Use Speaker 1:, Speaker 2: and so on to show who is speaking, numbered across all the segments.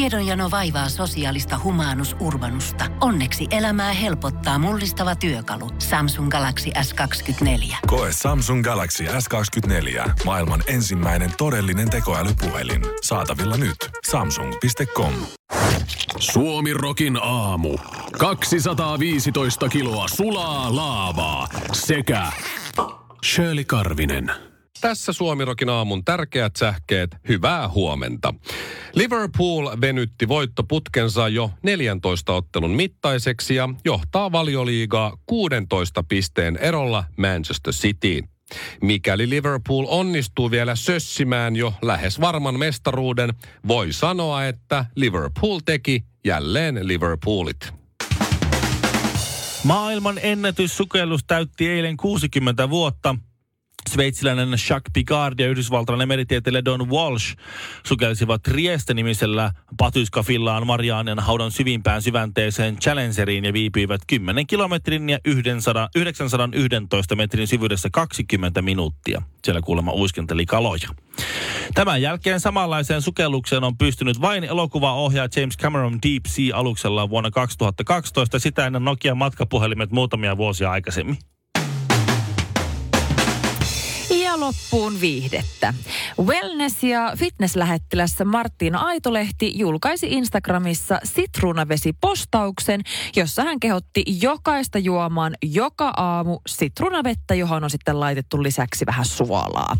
Speaker 1: Tiedonjano vaivaa sosiaalista humanus urbanusta. Onneksi elämää helpottaa mullistava työkalu. Samsung Galaxy S24.
Speaker 2: Koe Samsung Galaxy S24. Maailman ensimmäinen todellinen tekoälypuhelin. Saatavilla nyt. Samsung.com.
Speaker 3: Suomi Rokin aamu. 215 kiloa sulaa laavaa sekä Shirley Karvinen.
Speaker 4: Tässä Suomirokin aamun tärkeät sähkeet. Hyvää huomenta. Liverpool venytti voittoputkensa jo 14 ottelun mittaiseksi ja johtaa valioliigaa 16 pisteen erolla Manchester Cityin. Mikäli Liverpool onnistuu vielä sössimään jo lähes varman mestaruuden, voi sanoa, että Liverpool teki jälleen Liverpoolit.
Speaker 5: Maailman ennätyssukellus täytti eilen 60 vuotta. Sveitsiläinen Jacques Picard ja yhdysvaltalainen meritieteilijä Don Walsh sukelsivat Trieste-nimisellä patyskafillaan Mariaanian haudan syvimpään syvänteeseen Challengeriin ja viipyivät 10 kilometrin ja 100, 911 metrin syvyydessä 20 minuuttia. Siellä kuulemma uiskenteli kaloja. Tämän jälkeen samanlaiseen sukellukseen on pystynyt vain elokuvaohjaaja James Cameron Deep Sea-aluksella vuonna 2012. Sitä ennen Nokia matkapuhelimet muutamia vuosia aikaisemmin.
Speaker 6: Ja loppuun viihdettä. Wellness- ja fitnesslähettilässä Martin Aitolehti julkaisi Instagramissa sitruunavesipostauksen, jossa hän kehotti jokaista juomaan joka aamu sitruunavettä, johon on sitten laitettu lisäksi vähän suolaa.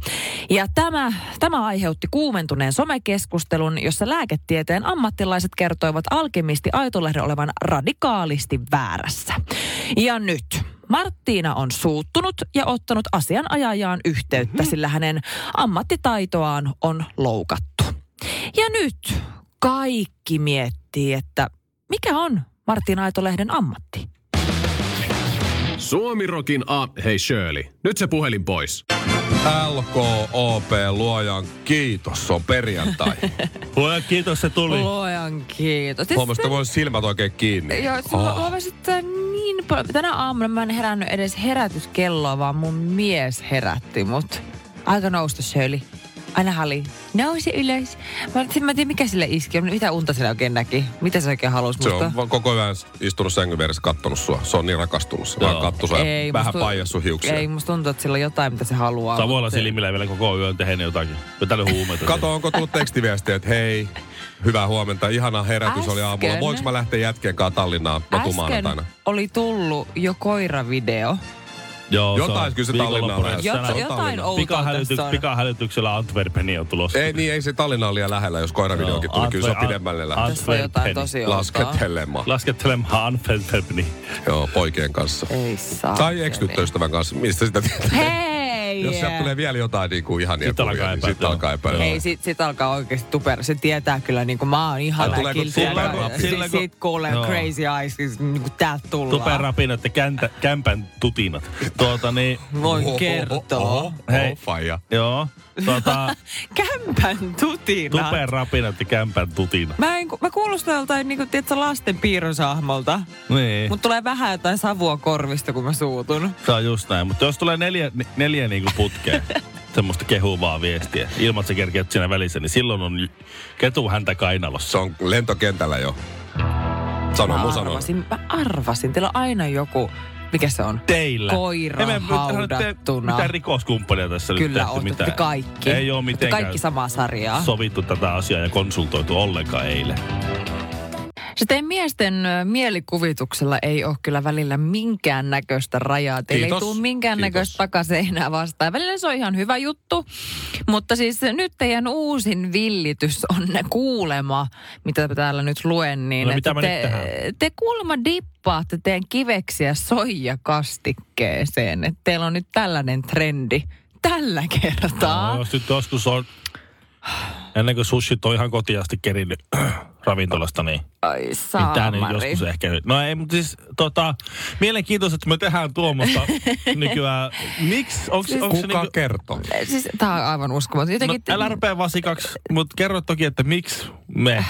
Speaker 6: Ja tämä, tämä aiheutti kuumentuneen somekeskustelun, jossa lääketieteen ammattilaiset kertoivat alkemisti Aitolehden olevan radikaalisti väärässä. Ja nyt Marttiina on suuttunut ja ottanut asianajajaan yhteyttä,
Speaker 4: Mhm.
Speaker 6: mm-hmm. sillä hänen ammattitaitoaan on loukattu. Ja nyt kaikki miettii, että mikä on Martin Aitolehden ammatti?
Speaker 3: Suomi Rokin a... Hei Shirley, nyt se puhelin pois.
Speaker 4: LKOP luojan kiitos, se on perjantai.
Speaker 5: Luoja kiitos, se tuli.
Speaker 6: Luojan kiitos. Siis
Speaker 4: Huomasitko, mulla on silmät oikein kiinni.
Speaker 6: Joo, siis
Speaker 4: Ah.
Speaker 6: mä huomasin, että niin paljon. Tänä aamuna mä en herännyt edes herätyskelloa, vaan mun mies herätti mut. Aika nousta, Shirley. Aina hali. Nousi ylös. Mä, en- mä en tiedä, mikä sille iski. Mitä unta sille oikein näki? Mitä se oikein halusi
Speaker 4: Se
Speaker 6: musta?
Speaker 4: on vaan koko ajan istunut sängyn vieressä kattonut sua. Se on niin rakastunut. Se vaan
Speaker 5: Joo.
Speaker 4: kattoi sua ja
Speaker 6: musta
Speaker 4: vähän
Speaker 6: tu-
Speaker 4: paijassu hiuksia.
Speaker 6: Ei, musta tuntuu, että sillä on jotain, mitä se haluaa.
Speaker 5: Savoilla
Speaker 6: mutta-
Speaker 5: silmillä vielä koko yön tehnyt jotakin. Jotain huumeita.
Speaker 4: Kato, onko tullut tekstiviestiä, että hei, hyvää huomenta, ihana herätys oli aamulla.
Speaker 6: Äsken-
Speaker 4: Voinko mä lähteä jätkeen kanssa Tallinnaan
Speaker 6: Äsken
Speaker 4: matumaanantaina?
Speaker 6: oli tullut jo koiravideo.
Speaker 5: Joo,
Speaker 4: Jotain kyllä se Tallinnaan lähes.
Speaker 6: Jot,
Speaker 4: on
Speaker 6: jotain
Speaker 4: Tallinna.
Speaker 6: outoa
Speaker 5: Pikahälytyks,
Speaker 6: tässä on.
Speaker 5: pikahälytyksellä Antwerpeni on tulossa.
Speaker 4: Ei niin, ei se Tallinna ole liian lähellä, jos koiravideokin tuli. Kyllä se on
Speaker 5: Antwer-
Speaker 4: pidemmälle
Speaker 5: Ant-
Speaker 4: lähes.
Speaker 6: Tässä on jotain tosi outoa.
Speaker 4: Laskettelemaan.
Speaker 5: Laskettelemaan Antwerpeni.
Speaker 4: Joo, poikien kanssa.
Speaker 6: Ei saa.
Speaker 4: Tai eksyttöystävän kanssa, mistä sitä tietää.
Speaker 6: Hei!
Speaker 4: Jos sieltä tulee vielä jotain niin kuin ihania
Speaker 5: Sitten
Speaker 4: kuvia,
Speaker 5: alkaa
Speaker 4: niin
Speaker 5: epäillä.
Speaker 4: sitten alkaa epäillä.
Speaker 6: Hei, sit, sit alkaa oikeesti tuper. Se tietää kyllä, niinku mä oon ihan
Speaker 4: Ai, tuleeko
Speaker 5: tuper- sillä
Speaker 6: Sit,
Speaker 5: kun-
Speaker 6: sit kuulee
Speaker 5: Joo.
Speaker 6: crazy eyes, siis niinku täältä tullaan.
Speaker 5: Tuperapinat ja käntä, kämpän tutinat. Tuota niin,
Speaker 6: Voin
Speaker 4: Oho,
Speaker 6: kertoa.
Speaker 4: oho, oho,
Speaker 5: Hei.
Speaker 4: faija.
Speaker 5: joo. Tuota,
Speaker 6: Kämpän tutina.
Speaker 5: tuperapinat ja kämpän tutinat.
Speaker 6: Mä, en, ku- mä kuulostan joltain niinku, tiedätkö, lasten piirrosahmolta.
Speaker 4: Eh.
Speaker 5: Niin.
Speaker 6: Mut tulee vähän jotain savua korvista, kun mä suutun.
Speaker 5: Se on just näin, mutta jos tulee neljä, ni- neljä niinku putkea, semmoista kehuvaa viestiä, ilman että sä kerkeät siinä välissä, niin silloin on ketu häntä
Speaker 4: Se
Speaker 5: kainalossa.
Speaker 4: on lentokentällä jo. Sano,
Speaker 6: Mä
Speaker 4: mun sano.
Speaker 6: arvasin, mä arvasin. Teillä on aina joku, mikä se on?
Speaker 5: Teillä.
Speaker 6: Koira
Speaker 5: Emme nyt
Speaker 6: haudattuna.
Speaker 5: Mitä rikoskumppania tässä nyt
Speaker 6: Kyllä,
Speaker 5: tehty,
Speaker 6: ootte
Speaker 5: mitä?
Speaker 6: kaikki.
Speaker 5: Ei ole
Speaker 6: Ootte
Speaker 5: mitenkään
Speaker 6: Kaikki samaa sarjaa.
Speaker 5: sovittu tätä asiaa ja konsultoitu ollenkaan eilen.
Speaker 6: Se teidän miesten ö, mielikuvituksella ei ole kyllä välillä minkään näköistä rajaa. Teillä
Speaker 4: Kiitos.
Speaker 6: ei tule minkään
Speaker 4: Kiitos.
Speaker 6: näköistä takaseinää vastaan. Välillä se on ihan hyvä juttu, mutta siis nyt teidän uusin villitys on ne kuulema, mitä mä täällä nyt luen. Niin
Speaker 5: No
Speaker 6: että
Speaker 5: mitä mä nyt
Speaker 6: te,
Speaker 5: tähän?
Speaker 6: te kuulemma dippaatte teidän kiveksiä soijakastikkeeseen. Et teillä on nyt tällainen trendi tällä kertaa.
Speaker 5: No, jos nyt joskus on, ennen kuin sushit on ihan kotiasti kerinnyt ravintolasta, niin
Speaker 6: Ai
Speaker 5: Niin tää nyt
Speaker 6: saamari.
Speaker 5: joskus ehkä... No ei, mutta siis tota, mielenkiintoista, että me tehdään tuommoista nykyään. Miksi? Onks,
Speaker 6: Siis-
Speaker 5: onks se
Speaker 4: Kuka
Speaker 5: niinku,
Speaker 4: kertoo?
Speaker 6: Siis, tää on aivan uskomaton.
Speaker 5: no,
Speaker 6: Jotenkin
Speaker 5: älä rupea vasikaksi, mutta kerro toki, että miksi me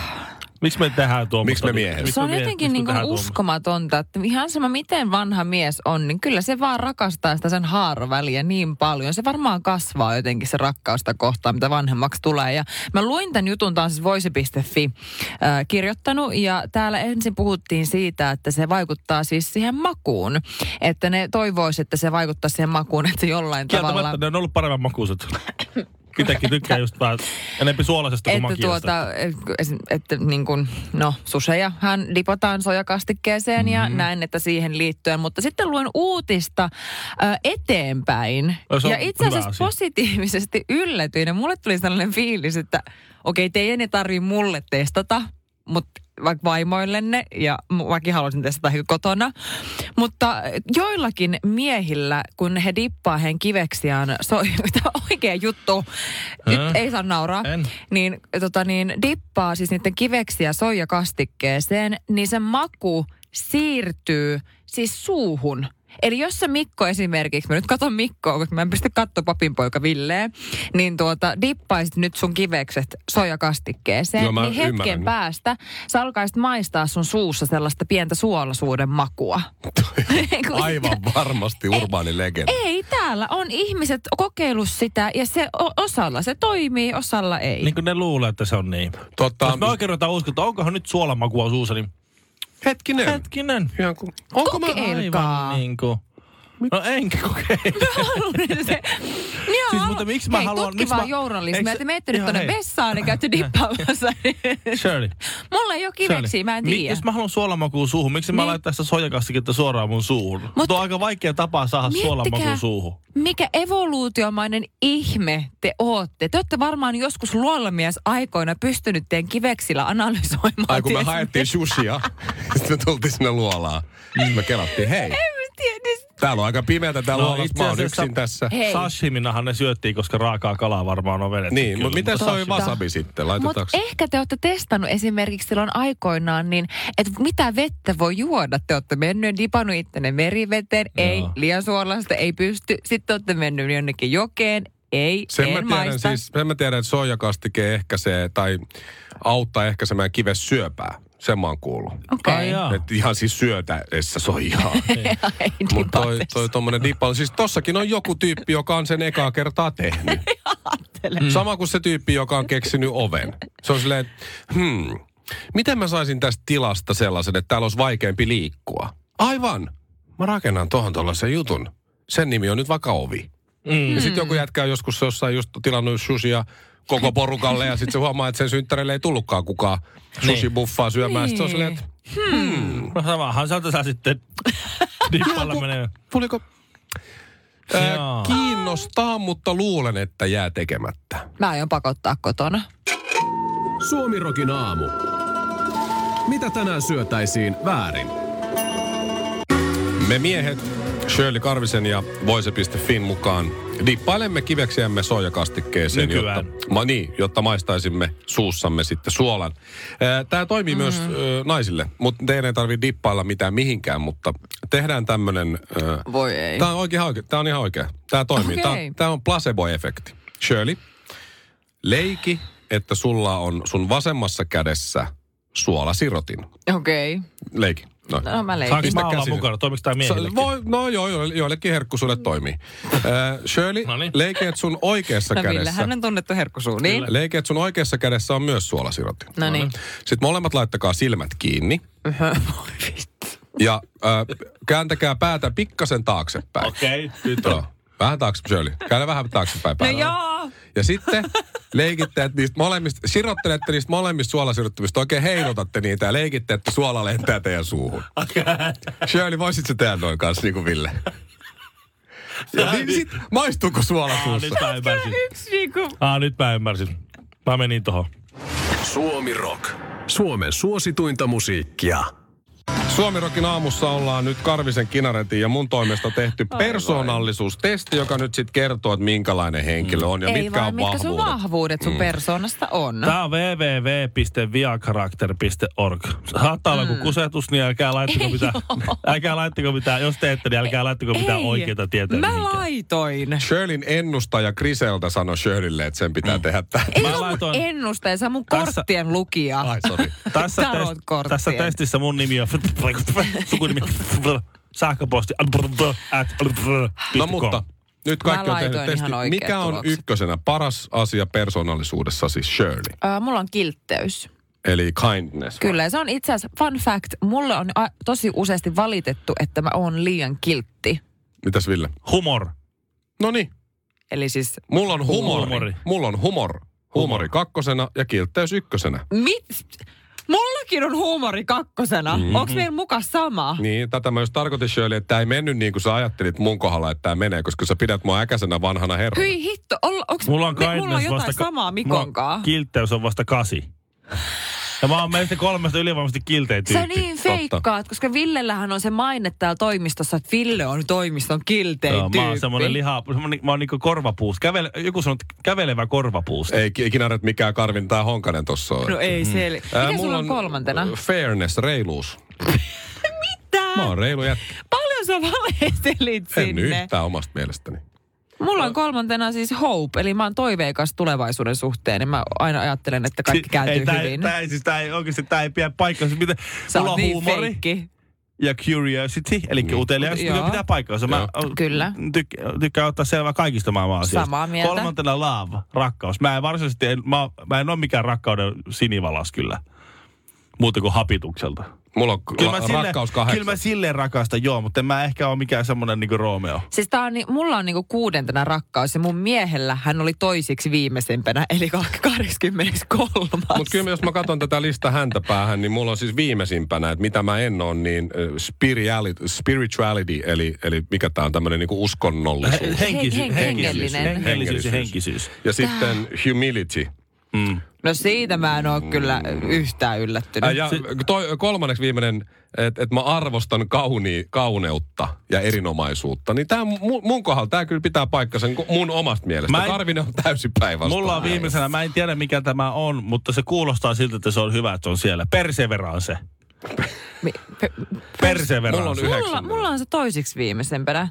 Speaker 5: Miksi me tehdään tuommoista?
Speaker 4: Miksi me miehet?
Speaker 5: Miksi
Speaker 6: Se on
Speaker 5: me mie- miksi me
Speaker 6: jotenkin niin kuin
Speaker 5: tehdään tuommoista?
Speaker 6: uskomatonta, että ihan sama miten vanha mies on, niin kyllä se vaan rakastaa sitä sen haaraväliä niin paljon. Se varmaan kasvaa jotenkin se rakkausta kohtaan, mitä vanhemmaksi tulee. Ja mä luin tämän jutun taas siis voisi.fi äh, kirjoittanut ja täällä ensin puhuttiin siitä, että se vaikuttaa siis siihen makuun. Että ne toivoisi, että se vaikuttaa siihen makuun, että se jollain tavalla...
Speaker 5: Kieltämättä ne on ollut paremman makuiset. Itsekin tykkää just vähän enempi suolaisesta kuin
Speaker 6: Että,
Speaker 5: makiasta.
Speaker 6: tuota, et- että niin kuin, no suseja hän dipotaan sojakastikkeeseen ja
Speaker 5: Mm-hmm.
Speaker 6: näin, että siihen liittyen. Mutta sitten luen uutista ö, eteenpäin.
Speaker 5: No, se on
Speaker 6: ja itse asiassa
Speaker 5: hyvä asia.
Speaker 6: positiivisesti yllätyin. Ja mulle tuli sellainen fiilis, että okei, teidän ei tarvii mulle testata, mutta vaikka vaimoillenne ja mu- mäkin haluaisin testata ehkä kotona. Mutta joillakin miehillä, kun he dippaa heidän kiveksiään, so, tämä on oikea juttu, nyt
Speaker 5: Hä?
Speaker 6: ei saa nauraa,
Speaker 5: En.
Speaker 6: niin, tota, niin dippaa siis niiden kiveksiä soijakastikkeeseen, niin se maku siirtyy siis suuhun. Eli jos se Mikko esimerkiksi, mä nyt katon Mikkoa, koska mä en pysty katsoa papinpoika Villeen, niin tuota, dippaisit nyt sun kivekset soijakastikkeeseen,
Speaker 4: Joo, mä
Speaker 6: niin hetken
Speaker 4: ymmärrän.
Speaker 6: päästä sä alkaisit maistaa sun suussa sellaista pientä suolaisuuden makua. Kun-
Speaker 4: Aivan varmasti urbaani legenda.
Speaker 6: Ei, täällä on ihmiset kokeillut sitä ja se o- osalla se toimii, osalla ei.
Speaker 5: Niin kuin ne luulee, että se on niin.
Speaker 4: Tota,
Speaker 5: Jos me oikein ruvetaan uskoa, että onkohan nyt suolamakua suussa, niin
Speaker 4: hetkinen.
Speaker 5: hetkinen.
Speaker 4: Ihan kun, onko mä,
Speaker 6: Kokeilkaa.
Speaker 5: Aivan niin kuin. No enkä kokeile.
Speaker 6: se, joo.
Speaker 5: Siis, mutta miksi mä
Speaker 6: Niin Hei,
Speaker 5: haluan- miksi
Speaker 6: tutkivaa
Speaker 5: mä-
Speaker 6: journalismia,
Speaker 5: Eikö
Speaker 6: että
Speaker 5: se-
Speaker 6: menette nyt
Speaker 5: Joo,
Speaker 6: tuonne
Speaker 5: hei.
Speaker 6: vessaan ja käytte dippaamassa.
Speaker 5: Shirley.
Speaker 6: Mulla ei ole kiveksiä,
Speaker 5: Shirley,
Speaker 6: mä en
Speaker 5: mi-
Speaker 6: tiedä.
Speaker 5: Jos mä haluan suolamakua suuhun, miksi niin. mä
Speaker 6: Niin.
Speaker 5: laitan sitä soijakastiketta suoraan mun suuhun? Mut, Tuo on aika vaikea tapa saada suolamakua suuhun.
Speaker 6: mikä evoluutiomainen ihme te ootte. Te olette varmaan joskus luolamies aikoina pystynyt teidän kiveksillä analysoimaan.
Speaker 4: ai kun me
Speaker 6: ties-
Speaker 4: haettiin sushia, sitten me tultiin sinne luolaan. Sitten me kelattiin, hei,
Speaker 6: En mä tiedä, niin-
Speaker 4: täällä on aika pimeätä täällä
Speaker 5: No,
Speaker 4: no, luolassa,
Speaker 5: itse
Speaker 4: mä oon
Speaker 5: asiassa-
Speaker 4: yksin tässä.
Speaker 6: Hei.
Speaker 5: Sashiminahan ne syöttiin, koska raakaa kalaa varmaan on vedetty.
Speaker 4: Niin, mutta miten toi
Speaker 6: Totta.
Speaker 4: wasabi sitten?
Speaker 6: Mutta
Speaker 4: Laitetaanko?
Speaker 6: ehkä te olette testannut esimerkiksi silloin aikoinaan, niin, että mitä vettä voi juoda. Te olette mennyt dipannut ittenne meriveteen, ei
Speaker 5: Joo.
Speaker 6: liian suolasta, ei pysty. Sitten olette mennyt jonnekin jokeen, ei,
Speaker 4: Sen
Speaker 6: en
Speaker 4: mä, tiedän,
Speaker 6: maista.
Speaker 4: siis, sen mä tiedän, että soijakastike ehkäisee tai auttaa ehkäisemään kives syöpää. Sen mä oon kuullut.
Speaker 6: Okei.
Speaker 5: Ai jaa.
Speaker 4: Et ihan siis syötäessä soijaa.
Speaker 6: Ei
Speaker 4: Mutta toi,
Speaker 6: dipatessa.
Speaker 4: toi tommonen dipal. Siis tossakin on joku tyyppi, joka on sen ekaa kertaa tehnyt. Mm.
Speaker 6: Ajattele.
Speaker 4: Sama kuin se tyyppi, joka on keksinyt oven. Se on silleen, että hmm, miten mä saisin tästä tilasta sellaisen, että täällä olisi vaikeampi liikkua? Aivan. Mä rakennan tohon tollasen jutun. Sen nimi on nyt vaikka ovi. Mm. Ja sitten joku jätkä on joskus jossain just tilannut susia koko porukalle ja sitten se huomaa, että sen synttärille ei tullutkaan kukaan susibuffaa syömään. Niin. Sitten se on silleen, että
Speaker 5: No samahan sä tässä sitten dippalla menee.
Speaker 4: tuliko... Ää,
Speaker 5: Joo.
Speaker 4: kiinnostaa, mutta luulen, että jää tekemättä.
Speaker 6: Mä aion pakottaa kotona.
Speaker 3: Suomirokin aamu. Mitä tänään syötäisiin väärin?
Speaker 4: Me miehet, Shirley Karvisen ja Voise.fin mukaan, dippailemme kiveksiämme soijakastikkeeseen, jotta,
Speaker 5: Nykyään.
Speaker 4: ma, niin, jotta maistaisimme suussamme sitten suolan. Tämä toimii mm-hmm. myös ö, naisille, mutta teidän ei tarvitse dippailla mitään mihinkään, mutta tehdään tämmöinen...
Speaker 6: Voi ei.
Speaker 4: Tämä on, oikein, tää on ihan oikea. Tämä toimii. Okay.
Speaker 6: Okei.
Speaker 4: Tämä on placebo-efekti. Shirley, leiki, että sulla on sun vasemmassa kädessä suolasirotin.
Speaker 6: Okei.
Speaker 4: Leiki. Noin.
Speaker 6: No mä leikin.
Speaker 5: Saanko
Speaker 4: Pistä
Speaker 5: mä olla
Speaker 4: käsi-
Speaker 5: mukana? Toimiko tää
Speaker 4: Sä-
Speaker 5: miehillekin?
Speaker 4: Voi, no joo, jo- joillekin herkkusuudet toimii. Äh, Shirley,
Speaker 5: Noniin.
Speaker 4: leikeet sun oikeassa
Speaker 6: No
Speaker 4: kädessä.
Speaker 6: Villehän on tunnettu herkkusuun. Niin?
Speaker 4: Leikeet sun oikeassa kädessä on myös suolasirotin.
Speaker 6: No niin.
Speaker 4: Sitten molemmat laittakaa silmät kiinni. ja äh, kääntäkää päätä pikkasen taaksepäin.
Speaker 5: Okei, nyt
Speaker 4: Joo. Vähän taakse, Shirley. Käännä vähän taaksepäin
Speaker 6: No
Speaker 4: päällä.
Speaker 6: joo.
Speaker 4: Ja sitten leikitte, että niistä molemmista, sirottelette niistä molemmista suolasirottimista, oikein heilotatte niitä ja leikitte, että suola lentää teidän suuhun. Shirley, voisit sä tehdä noin kanssa, niin kuin Ville? Ja niin sit, maistuuko suola
Speaker 5: Aa, nyt
Speaker 4: suussa?
Speaker 5: mä ymmärsin.
Speaker 6: Yksi niinku.
Speaker 5: Aa, nyt mä ymmärsin. Mä menin tohon.
Speaker 3: Suomi Rock. Suomen suosituinta musiikkia.
Speaker 4: Suomirokin aamussa ollaan nyt Karvisen Kinaretin ja mun toimesta tehty Ai persoonallisuustesti, joka nyt sitten kertoo, että minkälainen henkilö on ja
Speaker 6: Ei
Speaker 4: mitkä
Speaker 6: vaan,
Speaker 4: on
Speaker 6: mitkä sun
Speaker 4: vahvuudet. Mm.
Speaker 6: vahvuudet sun persoonasta on.
Speaker 5: Tämä on www.viakarakter.org. Saattaa olla
Speaker 6: Mm.
Speaker 5: joku kusetus, niin älkää laittako mitään, älkää laittako mitään, jos teette, niin älkää laittako mitään
Speaker 6: Ei.
Speaker 5: oikeita tietoja.
Speaker 6: Mä
Speaker 5: mihinkään.
Speaker 6: laitoin.
Speaker 4: Shirleyn ennustaja Kriseltä sanoi Shirleylle, että sen pitää tehdä tämä.
Speaker 6: Ei
Speaker 5: Mä
Speaker 6: se ole mun
Speaker 5: laitoin-
Speaker 6: ennustaja, se on mun
Speaker 5: Tässä-
Speaker 6: korttien lukija.
Speaker 4: Ai, sorry.
Speaker 5: Tässä, test,
Speaker 6: Tarotkorttien.
Speaker 5: tässä testissä mun nimi on sukunimi sähköposti at
Speaker 4: No mutta, nyt kaikki
Speaker 6: Mä
Speaker 4: on tehnyt
Speaker 6: laitoin
Speaker 4: testi.
Speaker 6: ihan oikeat
Speaker 4: Mikä on
Speaker 6: tulokset.
Speaker 4: ykkösenä paras asia persoonallisuudessa, siis Shirley,
Speaker 6: Ö, mulla on kiltteys.
Speaker 4: eli kindness?
Speaker 6: Kyllä, ja se on itse asiassa fun fact. Mulle on a, tosi useasti valitettu, että mä oon liian kiltti.
Speaker 4: Mitäs Ville?
Speaker 5: Humor.
Speaker 4: No niin,
Speaker 6: Eli siis,
Speaker 4: mulla on humori.
Speaker 5: Huumori.
Speaker 4: Mulla on humor. Huumori kakkosena ja kiltteys ykkösenä.
Speaker 6: mit? Mullakin on huumori kakkosena.
Speaker 5: Mhm.
Speaker 6: Mm-hmm. Onko meillä muka sama?
Speaker 4: Niin, tätä mä just tarkoitin Shirley, että tämä ei mennyt niin kuin sä ajattelit mun kohdalla, että tämä menee, koska sä pidät mua äkäisenä vanhana herrana.
Speaker 6: Hyi hitto, olla, onks,
Speaker 5: Mulla on
Speaker 6: me- mulla on
Speaker 5: kindness
Speaker 6: jotain
Speaker 5: vasta... ka-
Speaker 6: samaa
Speaker 5: mulla
Speaker 6: Mikon
Speaker 5: on
Speaker 6: kaa.
Speaker 5: Kiltteys on vasta kasi. Ja mä oon meistä kolmesta ylivoimaisesti kiltein
Speaker 6: Sä
Speaker 5: tyyppi.
Speaker 6: niin
Speaker 4: Totta.
Speaker 6: feikkaat, koska Villellähän on se maine täällä toimistossa, että Ville on toimiston kiltein
Speaker 5: Joo,
Speaker 6: tyyppi.
Speaker 5: mä oon semmonen liha, semmonen, mä oon niinku korvapuusta. Kävele, joku sanoo, että kävelevä korvapuusta.
Speaker 4: Ei ki- ikinä näet mikään Karvin tai Honkanen tossa on.
Speaker 6: No
Speaker 5: Mm.
Speaker 6: ei sel... Mikä
Speaker 4: Ää,
Speaker 6: sulla
Speaker 4: mulla
Speaker 6: on kolmantena?
Speaker 4: äh, Fairness, reiluus.
Speaker 6: Tää.
Speaker 4: Mä oon reilu jätkä.
Speaker 6: Paljon sä valehtelit
Speaker 4: En
Speaker 6: sinne.
Speaker 4: yhtään omasta mielestäni.
Speaker 6: Mulla on kolmantena siis hope, eli mä oon toiveikas tulevaisuuden suhteen. Niin mä aina ajattelen, että kaikki kääntyy
Speaker 5: ei, tää,
Speaker 6: hyvin.
Speaker 5: Tää, ei, siis tää ei oikeesti, tää ei pidä paikkaansa. Mitä?
Speaker 6: Sä
Speaker 5: Mulla
Speaker 6: oot
Speaker 5: on
Speaker 6: niin
Speaker 5: huumori
Speaker 6: feikki.
Speaker 5: ja curiosity, eli mm. uteliaisuus,
Speaker 6: Joo.
Speaker 5: mikä pitää paikkaansa. Mä
Speaker 6: Joo. Kyllä.
Speaker 5: Tyk- tykkään ottaa selvää kaikista maailman asioista.
Speaker 6: Samaa mieltä.
Speaker 5: Kolmantena love, rakkaus. Mä en varsinaisesti, en, mä, mä en ole mikään rakkauden sinivalas kyllä. Muuta kuin hapitukselta.
Speaker 4: Mulla on
Speaker 5: Kyllä
Speaker 4: la-
Speaker 5: mä,
Speaker 4: rakkaus
Speaker 5: sille,
Speaker 4: kahdeksan.
Speaker 5: kyllä mä silleen rakastan, joo, mutta en mä ehkä ole mikään semmonen niinku Romeo.
Speaker 6: Siis tää on, ni- mulla on niinku kuudentena rakkaus ja mun miehellä hän oli toisiksi viimeisempänä, eli 83.
Speaker 4: Mutta kyllä jos mä katson tätä lista häntä päähän, niin mulla on siis viimeisimpänä, että mitä mä en ole, niin äh, spirituality, spirituality eli, eli mikä tämä on tämmöinen niinku
Speaker 5: Äh,
Speaker 4: uskonnollisuus.
Speaker 5: henkisy-
Speaker 6: hen-
Speaker 5: henkisyys,
Speaker 6: hengellinen.
Speaker 5: hengellisyys ja henkisyys.
Speaker 4: Ja sitten humility.
Speaker 6: No siitä mä en oo kyllä yhtään yllättynyt.
Speaker 4: Äh, Ja toi, kolmanneksi viimeinen, että et mä arvostan kauni, kauneutta ja erinomaisuutta. Niin tää, mun, mun kohdalla tämä kyllä pitää paikkansa niinku mun omasta mielestä.
Speaker 5: Mä
Speaker 4: Mä
Speaker 5: en-
Speaker 4: Karvinen on täysin päinvastoin.
Speaker 5: Mulla on viimeisenä, mä en tiedä mikä tämä on, mutta se kuulostaa siltä, että se on hyvä, että se on siellä. Perseverance.
Speaker 6: Mi- pe-
Speaker 5: Perseverance.
Speaker 4: Mulla on yhdeksän.
Speaker 6: mulla, mulla on se toisiksi viimeisempänä.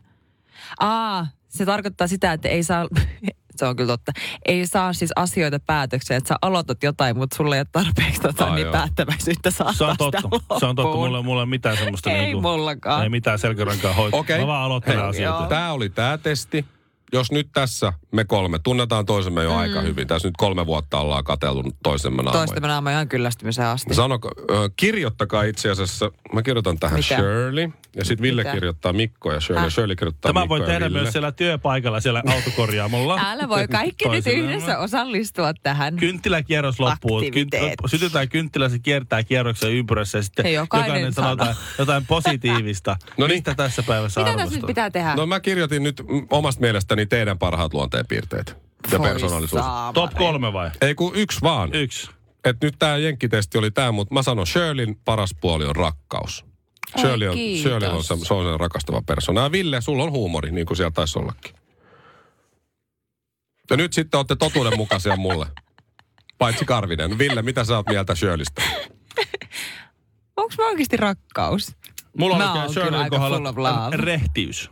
Speaker 6: Aa, se tarkoittaa sitä, että ei saa... Se on kyllä totta. Ei saa siis asioita päätökseen, että sä aloitat jotain, mutta sulla ei ole tarpeeksi tota,
Speaker 4: Ai
Speaker 6: niin
Speaker 4: joo.
Speaker 6: päättäväisyytä saattaa
Speaker 5: Se on
Speaker 6: sitä
Speaker 5: totta. Se on totta.
Speaker 6: loppuun.
Speaker 5: Mulla, mulla ei ole mitään semmoista.
Speaker 6: Ei
Speaker 5: niinku-
Speaker 6: mullakaan.
Speaker 5: Ei mitään selkärankaa hoitaa.
Speaker 4: Okei.
Speaker 5: Mä vaan aloittelen asioita.
Speaker 4: Tämä oli tämä testi. Jos nyt tässä me kolme tunnetaan toisemme jo mm. aika hyvin. Tässä nyt kolme vuotta ollaan katellut toisemme naamoja.
Speaker 6: Toista naama ihan kyllästymiseen asti.
Speaker 4: Sanoko, ö, kirjoittakaa itse asiassa, mä kirjoitan tähän
Speaker 6: Mitä?
Speaker 4: Shirley, ja sitten Ville
Speaker 6: Mitä? Ah.
Speaker 4: kirjoittaa Mikko ja Shirley,
Speaker 6: Häh?
Speaker 4: Shirley kirjoittaa
Speaker 5: Tämä
Speaker 4: Mikko
Speaker 5: voi
Speaker 4: ja
Speaker 5: tehdä
Speaker 4: Ville.
Speaker 5: myös siellä työpaikalla, siellä autokorjaamolla.
Speaker 6: Älä voi kaikki nyt
Speaker 5: Toisinaan.
Speaker 6: yhdessä osallistua tähän.
Speaker 5: Kynttiläkierros loppuu.
Speaker 6: Aktiviteetti.
Speaker 5: Kynt- Sytytään kynttilä, se kiertää kierroksen ympyrässä ja sitten
Speaker 6: Ja jokainen
Speaker 5: sanoo
Speaker 6: sanoo.
Speaker 5: jotain, jotain positiivista.
Speaker 4: No
Speaker 5: no
Speaker 4: niin.
Speaker 5: niin. Mistä tässä päivässä
Speaker 6: Mitä tässä nyt
Speaker 5: arvostaa?
Speaker 6: pitää tehdä?
Speaker 4: No mä kirjoitin nyt mm, omasta mielestäni teidän parhaat luonteenpiirteet ja
Speaker 6: Voi
Speaker 4: persoonallisuus.
Speaker 6: saamari.
Speaker 5: Top kolme vai?
Speaker 4: Ei kun yksi vaan.
Speaker 5: Yksi.
Speaker 4: Et nyt tämä jenkkitesti oli tämä, mutta mä sanon Shirleyn paras puoli on rakkaus. Shirley on,
Speaker 6: kiitos.
Speaker 4: Shirley on, se, se on se rakastava persona. Ja Ville, sulla on huumori, niin kuin siellä taisi ollakin. Ja nyt sitten olette totuudenmukaisia mulle. Paitsi Karvinen. Ville, mitä sä oot mieltä Shirleystä?
Speaker 6: Onks mä oikeesti rakkaus?
Speaker 5: Mulla
Speaker 6: Mä
Speaker 5: on lukee
Speaker 6: oon kyllä
Speaker 5: Shirleyn
Speaker 6: aika full of
Speaker 5: kohdalla
Speaker 6: love.
Speaker 5: rehtiys.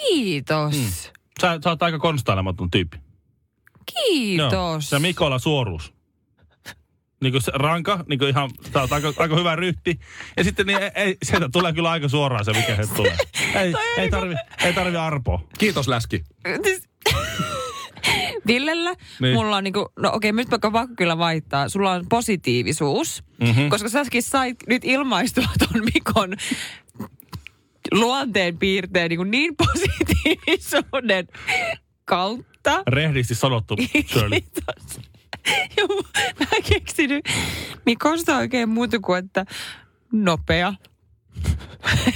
Speaker 6: Kiitos.
Speaker 5: Mm. Sä, sä oot aika konstailematon tyyppi.
Speaker 6: Niin Kiitos.
Speaker 5: Ja Mikolla suoruus. Niin kuin ranka, niin kuin ihan, tää on aika, aika hyvä ryhti. Ja sitten niin, ei- ei, sieltä tulee kyllä aika suoraan se, mikä se tulee. Ei, ei,
Speaker 6: niinku-
Speaker 5: tarvi, ei tarvi arpoa.
Speaker 4: Kiitos läski.
Speaker 6: Siis- Villellä, niin.
Speaker 5: Niin.
Speaker 6: mulla on niinku, no okei, nyt mä pakko kyllä vaihtaa. Sulla on positiivisuus,
Speaker 4: Mhm.
Speaker 6: mm-hmm. koska säkin sait nyt ilmaistua ton Mikon luonteen piirteen niin, niin positiivisuuden kautta.
Speaker 5: Rehdisti sanottu, Shirley.
Speaker 6: Kiitos. Ja mu- mä en keksinyt Mikosta oikein muuta kuin, että nopea.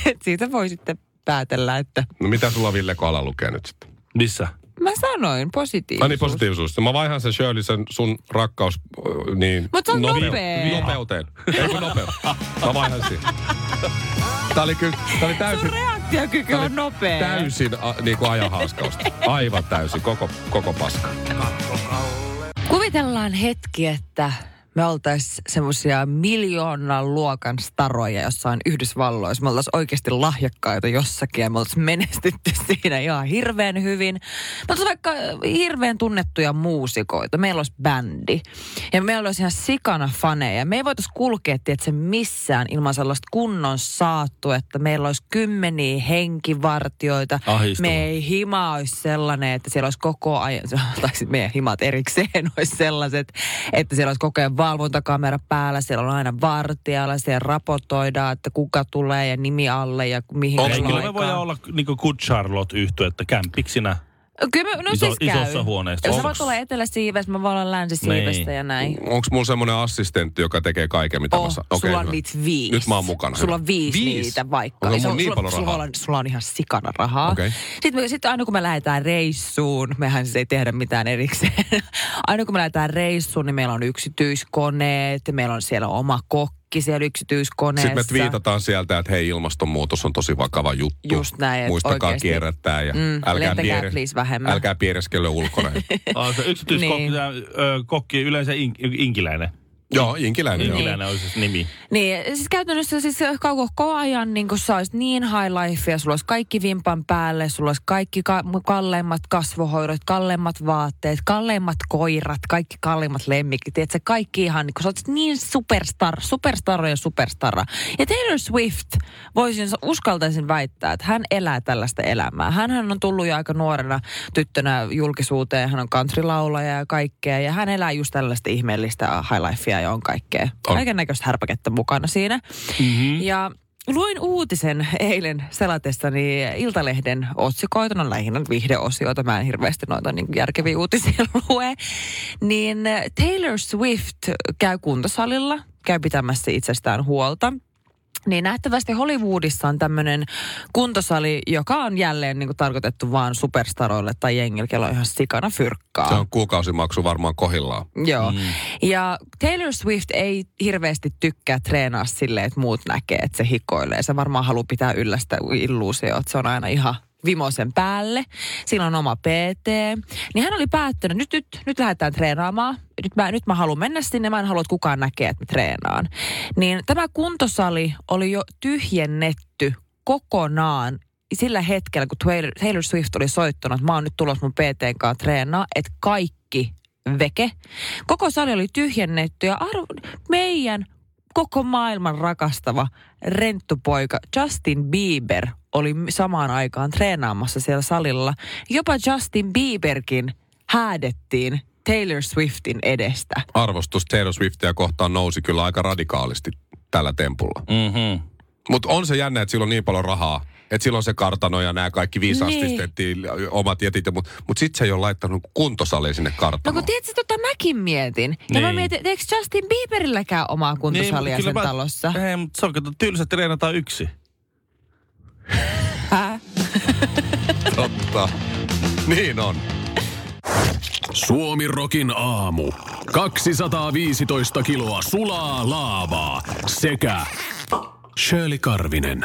Speaker 6: Et siitä voi sitten päätellä, että
Speaker 4: No mitä sulla Ville kohdalla lukee nyt sitten?
Speaker 5: Missä?
Speaker 6: Mä sanoin
Speaker 4: Ai
Speaker 6: positiivisuus.
Speaker 4: niin, positiivisuus. Mä vaihan sen Shirley, sen sun rakkaus, äh, niin...
Speaker 6: Mut se on
Speaker 4: nope-
Speaker 6: nopea.
Speaker 4: Nopeuteen. Ei kun nopea. Mä vaihan siihen. Tää oli kyllä, tää oli
Speaker 6: Sun
Speaker 4: täysin,
Speaker 6: reaktiokyky
Speaker 4: tää oli
Speaker 6: on nopea.
Speaker 4: täysin a, niin kuin ajan haaskausta. Aivan täysin, koko, koko paska.
Speaker 6: Kuvitellaan hetki, että me oltaisiin semmoisia miljoonan luokan staroja jossain Yhdysvalloissa. Me oltaisiin oikeasti lahjakkaita jossakin ja me oltaisiin menestytty siinä ihan hirveän hyvin. Me oltaisiin vaikka hirveän tunnettuja muusikoita. Meillä olisi bändi ja meillä olisi ihan sikana faneja. Me ei voitaisiin kulkea tietysti missään ilman sellaista kunnon saattu, että meillä olisi kymmeniä henkivartioita.
Speaker 5: Ahdistavaa.
Speaker 6: Me ei hima olisi sellainen, että siellä olisi koko ajan, tai siis meidän himat erikseen olisi sellaiset, että siellä olisi koko ajan valvontakamera päällä, siellä on aina vartijalla, siellä raportoidaan, että kuka tulee ja nimi alle ja mihin
Speaker 5: Ei, kyllä me
Speaker 6: aikaan.
Speaker 5: voidaan olla niinku Good Charlotte yhtyä, että kämpiksinä.
Speaker 6: Kyllä me, no
Speaker 5: Iso-
Speaker 6: siis käy.
Speaker 5: isossa huoneessa.
Speaker 6: Jos sä
Speaker 5: Onks-
Speaker 6: voit olla eteläsiivestä, mä voin olla länsisiivestä
Speaker 5: Niin.
Speaker 6: ja näin.
Speaker 4: Onks mulla semmonen assistentti, joka tekee kaiken, mitä mä
Speaker 6: Oh,
Speaker 4: saan?
Speaker 6: sulla on
Speaker 4: hyvä.
Speaker 6: niitä viisi.
Speaker 4: Nyt mä oon mukana.
Speaker 6: Sulla
Speaker 4: hyvä.
Speaker 6: on viisi, niitä vaikka.
Speaker 4: Onko
Speaker 6: Se
Speaker 4: mulla
Speaker 6: on-
Speaker 4: niin
Speaker 6: sulla,
Speaker 4: paljon rahaa?
Speaker 6: Sulla on, sulla on ihan sikana rahaa.
Speaker 4: Okei.
Speaker 6: Sitten, me, sitten aina kun me lähdetään reissuun, mehän siis ei tehdä mitään erikseen. aina kun me lähdetään reissuun, niin meillä on yksityiskoneet, meillä on siellä oma kokki siellä yksityiskoneessa.
Speaker 4: Sitten me viitataan sieltä, että hei, ilmastonmuutos on tosi vakava juttu.
Speaker 6: Just näin, että
Speaker 4: Muistakaa
Speaker 6: oikeesti.
Speaker 4: kierrättää ja
Speaker 6: Mm,
Speaker 4: älkää,
Speaker 6: lentäkää please vähemmän.
Speaker 4: älkää piereskellä ulkona.
Speaker 5: Ah, se yksityiskokki,
Speaker 6: Niin.
Speaker 5: niin. kokki yleensä in, inkiläinen.
Speaker 4: Joo, inkiläinen. joo.
Speaker 5: Inkiläinen on siis nimi.
Speaker 6: Niin, siis käytännössä siis koko ajan niin kun sä olisit niin high lifea, sulla olisi kaikki vimpan päälle, sulla olisi kaikki ka- kalleimmat kasvohoidot, kalleimmat vaatteet, kalleimmat koirat, kaikki kalleimmat lemmikit, tiedätkö, kaikki ihan, niin kun sä olisit niin superstar, superstar ja superstara. Ja Taylor Swift, voisin, uskaltaisin väittää, että hän elää tällaista elämää. Hänhän on tullut jo aika nuorena tyttönä julkisuuteen, hän on countrylaulaja ja kaikkea, ja hän elää just tällaista ihmeellistä high lifea ja on kaikkea
Speaker 4: On.
Speaker 6: kaiken näköistä härpäkettä mukana siinä. Mm-hmm. Ja luin uutisen eilen selatessani Iltalehden otsikoita, no lähinnä viihdeosioita, mä en hirveästi noita niin järkeviä uutisia lue. Niin äh, Taylor Swift käy kuntosalilla, käy pitämässä itsestään huolta. Niin nähtävästi Hollywoodissa on tämmöinen kuntosali, joka on jälleen niin kuin tarkoitettu vaan superstaroille tai jengille, kello on ihan sikana fyrkkaa.
Speaker 4: Se on kuukausimaksu varmaan kohillaan.
Speaker 6: Joo. Mm. Ja Taylor Swift ei hirveästi tykkää treenaa silleen, että muut näkee, että se hikoilee. Se varmaan haluaa pitää yllä sitä illuusioa, että se on aina ihan vimosen päälle. Sillä on oma PT. Niin hän oli päättänyt, nyt, nyt, nyt lähdetään treenaamaan. Nyt mä, nyt mä haluan mennä sinne, mä en halua, että kukaan näkee, että mä treenaan. Niin tämä kuntosali oli jo tyhjennetty kokonaan sillä hetkellä, kun Taylor- Taylor Swift oli soittanut, että mä oon nyt tulossa mun PTn kanssa treenaa, että kaikki veke. Koko sali oli tyhjennetty ja arvo, meidän koko maailman rakastava renttupoika Justin Bieber oli samaan aikaan treenaamassa siellä salilla. Jopa Justin Bieberkin häädettiin Taylor Swiftin edestä.
Speaker 4: arvostus Taylor Swiftia kohtaan nousi kyllä aika radikaalisti tällä tempulla.
Speaker 5: Mm-hmm.
Speaker 4: Mutta on se jännä, että sillä on niin paljon rahaa. Että silloin se kartano ja nämä kaikki viisi
Speaker 6: Niin.
Speaker 4: niin. omat jätit. Mutta mut sitten se ei ole laittanut kuntosaliin sinne
Speaker 6: No
Speaker 4: kartanoon.
Speaker 6: kun tiedätkö, tota mäkin mietin. Ja mä
Speaker 5: Niin.
Speaker 6: mietin, että eikö Justin Bieberilläkään omaa kuntosalia sen talossa?
Speaker 5: Ei, mutta se on kato, tylsä treenataan yksi.
Speaker 6: Hää?
Speaker 4: Totta. Niin on.
Speaker 3: Suomi Rokin aamu. 215 kiloa sulaa laavaa sekä Shirley Karvinen.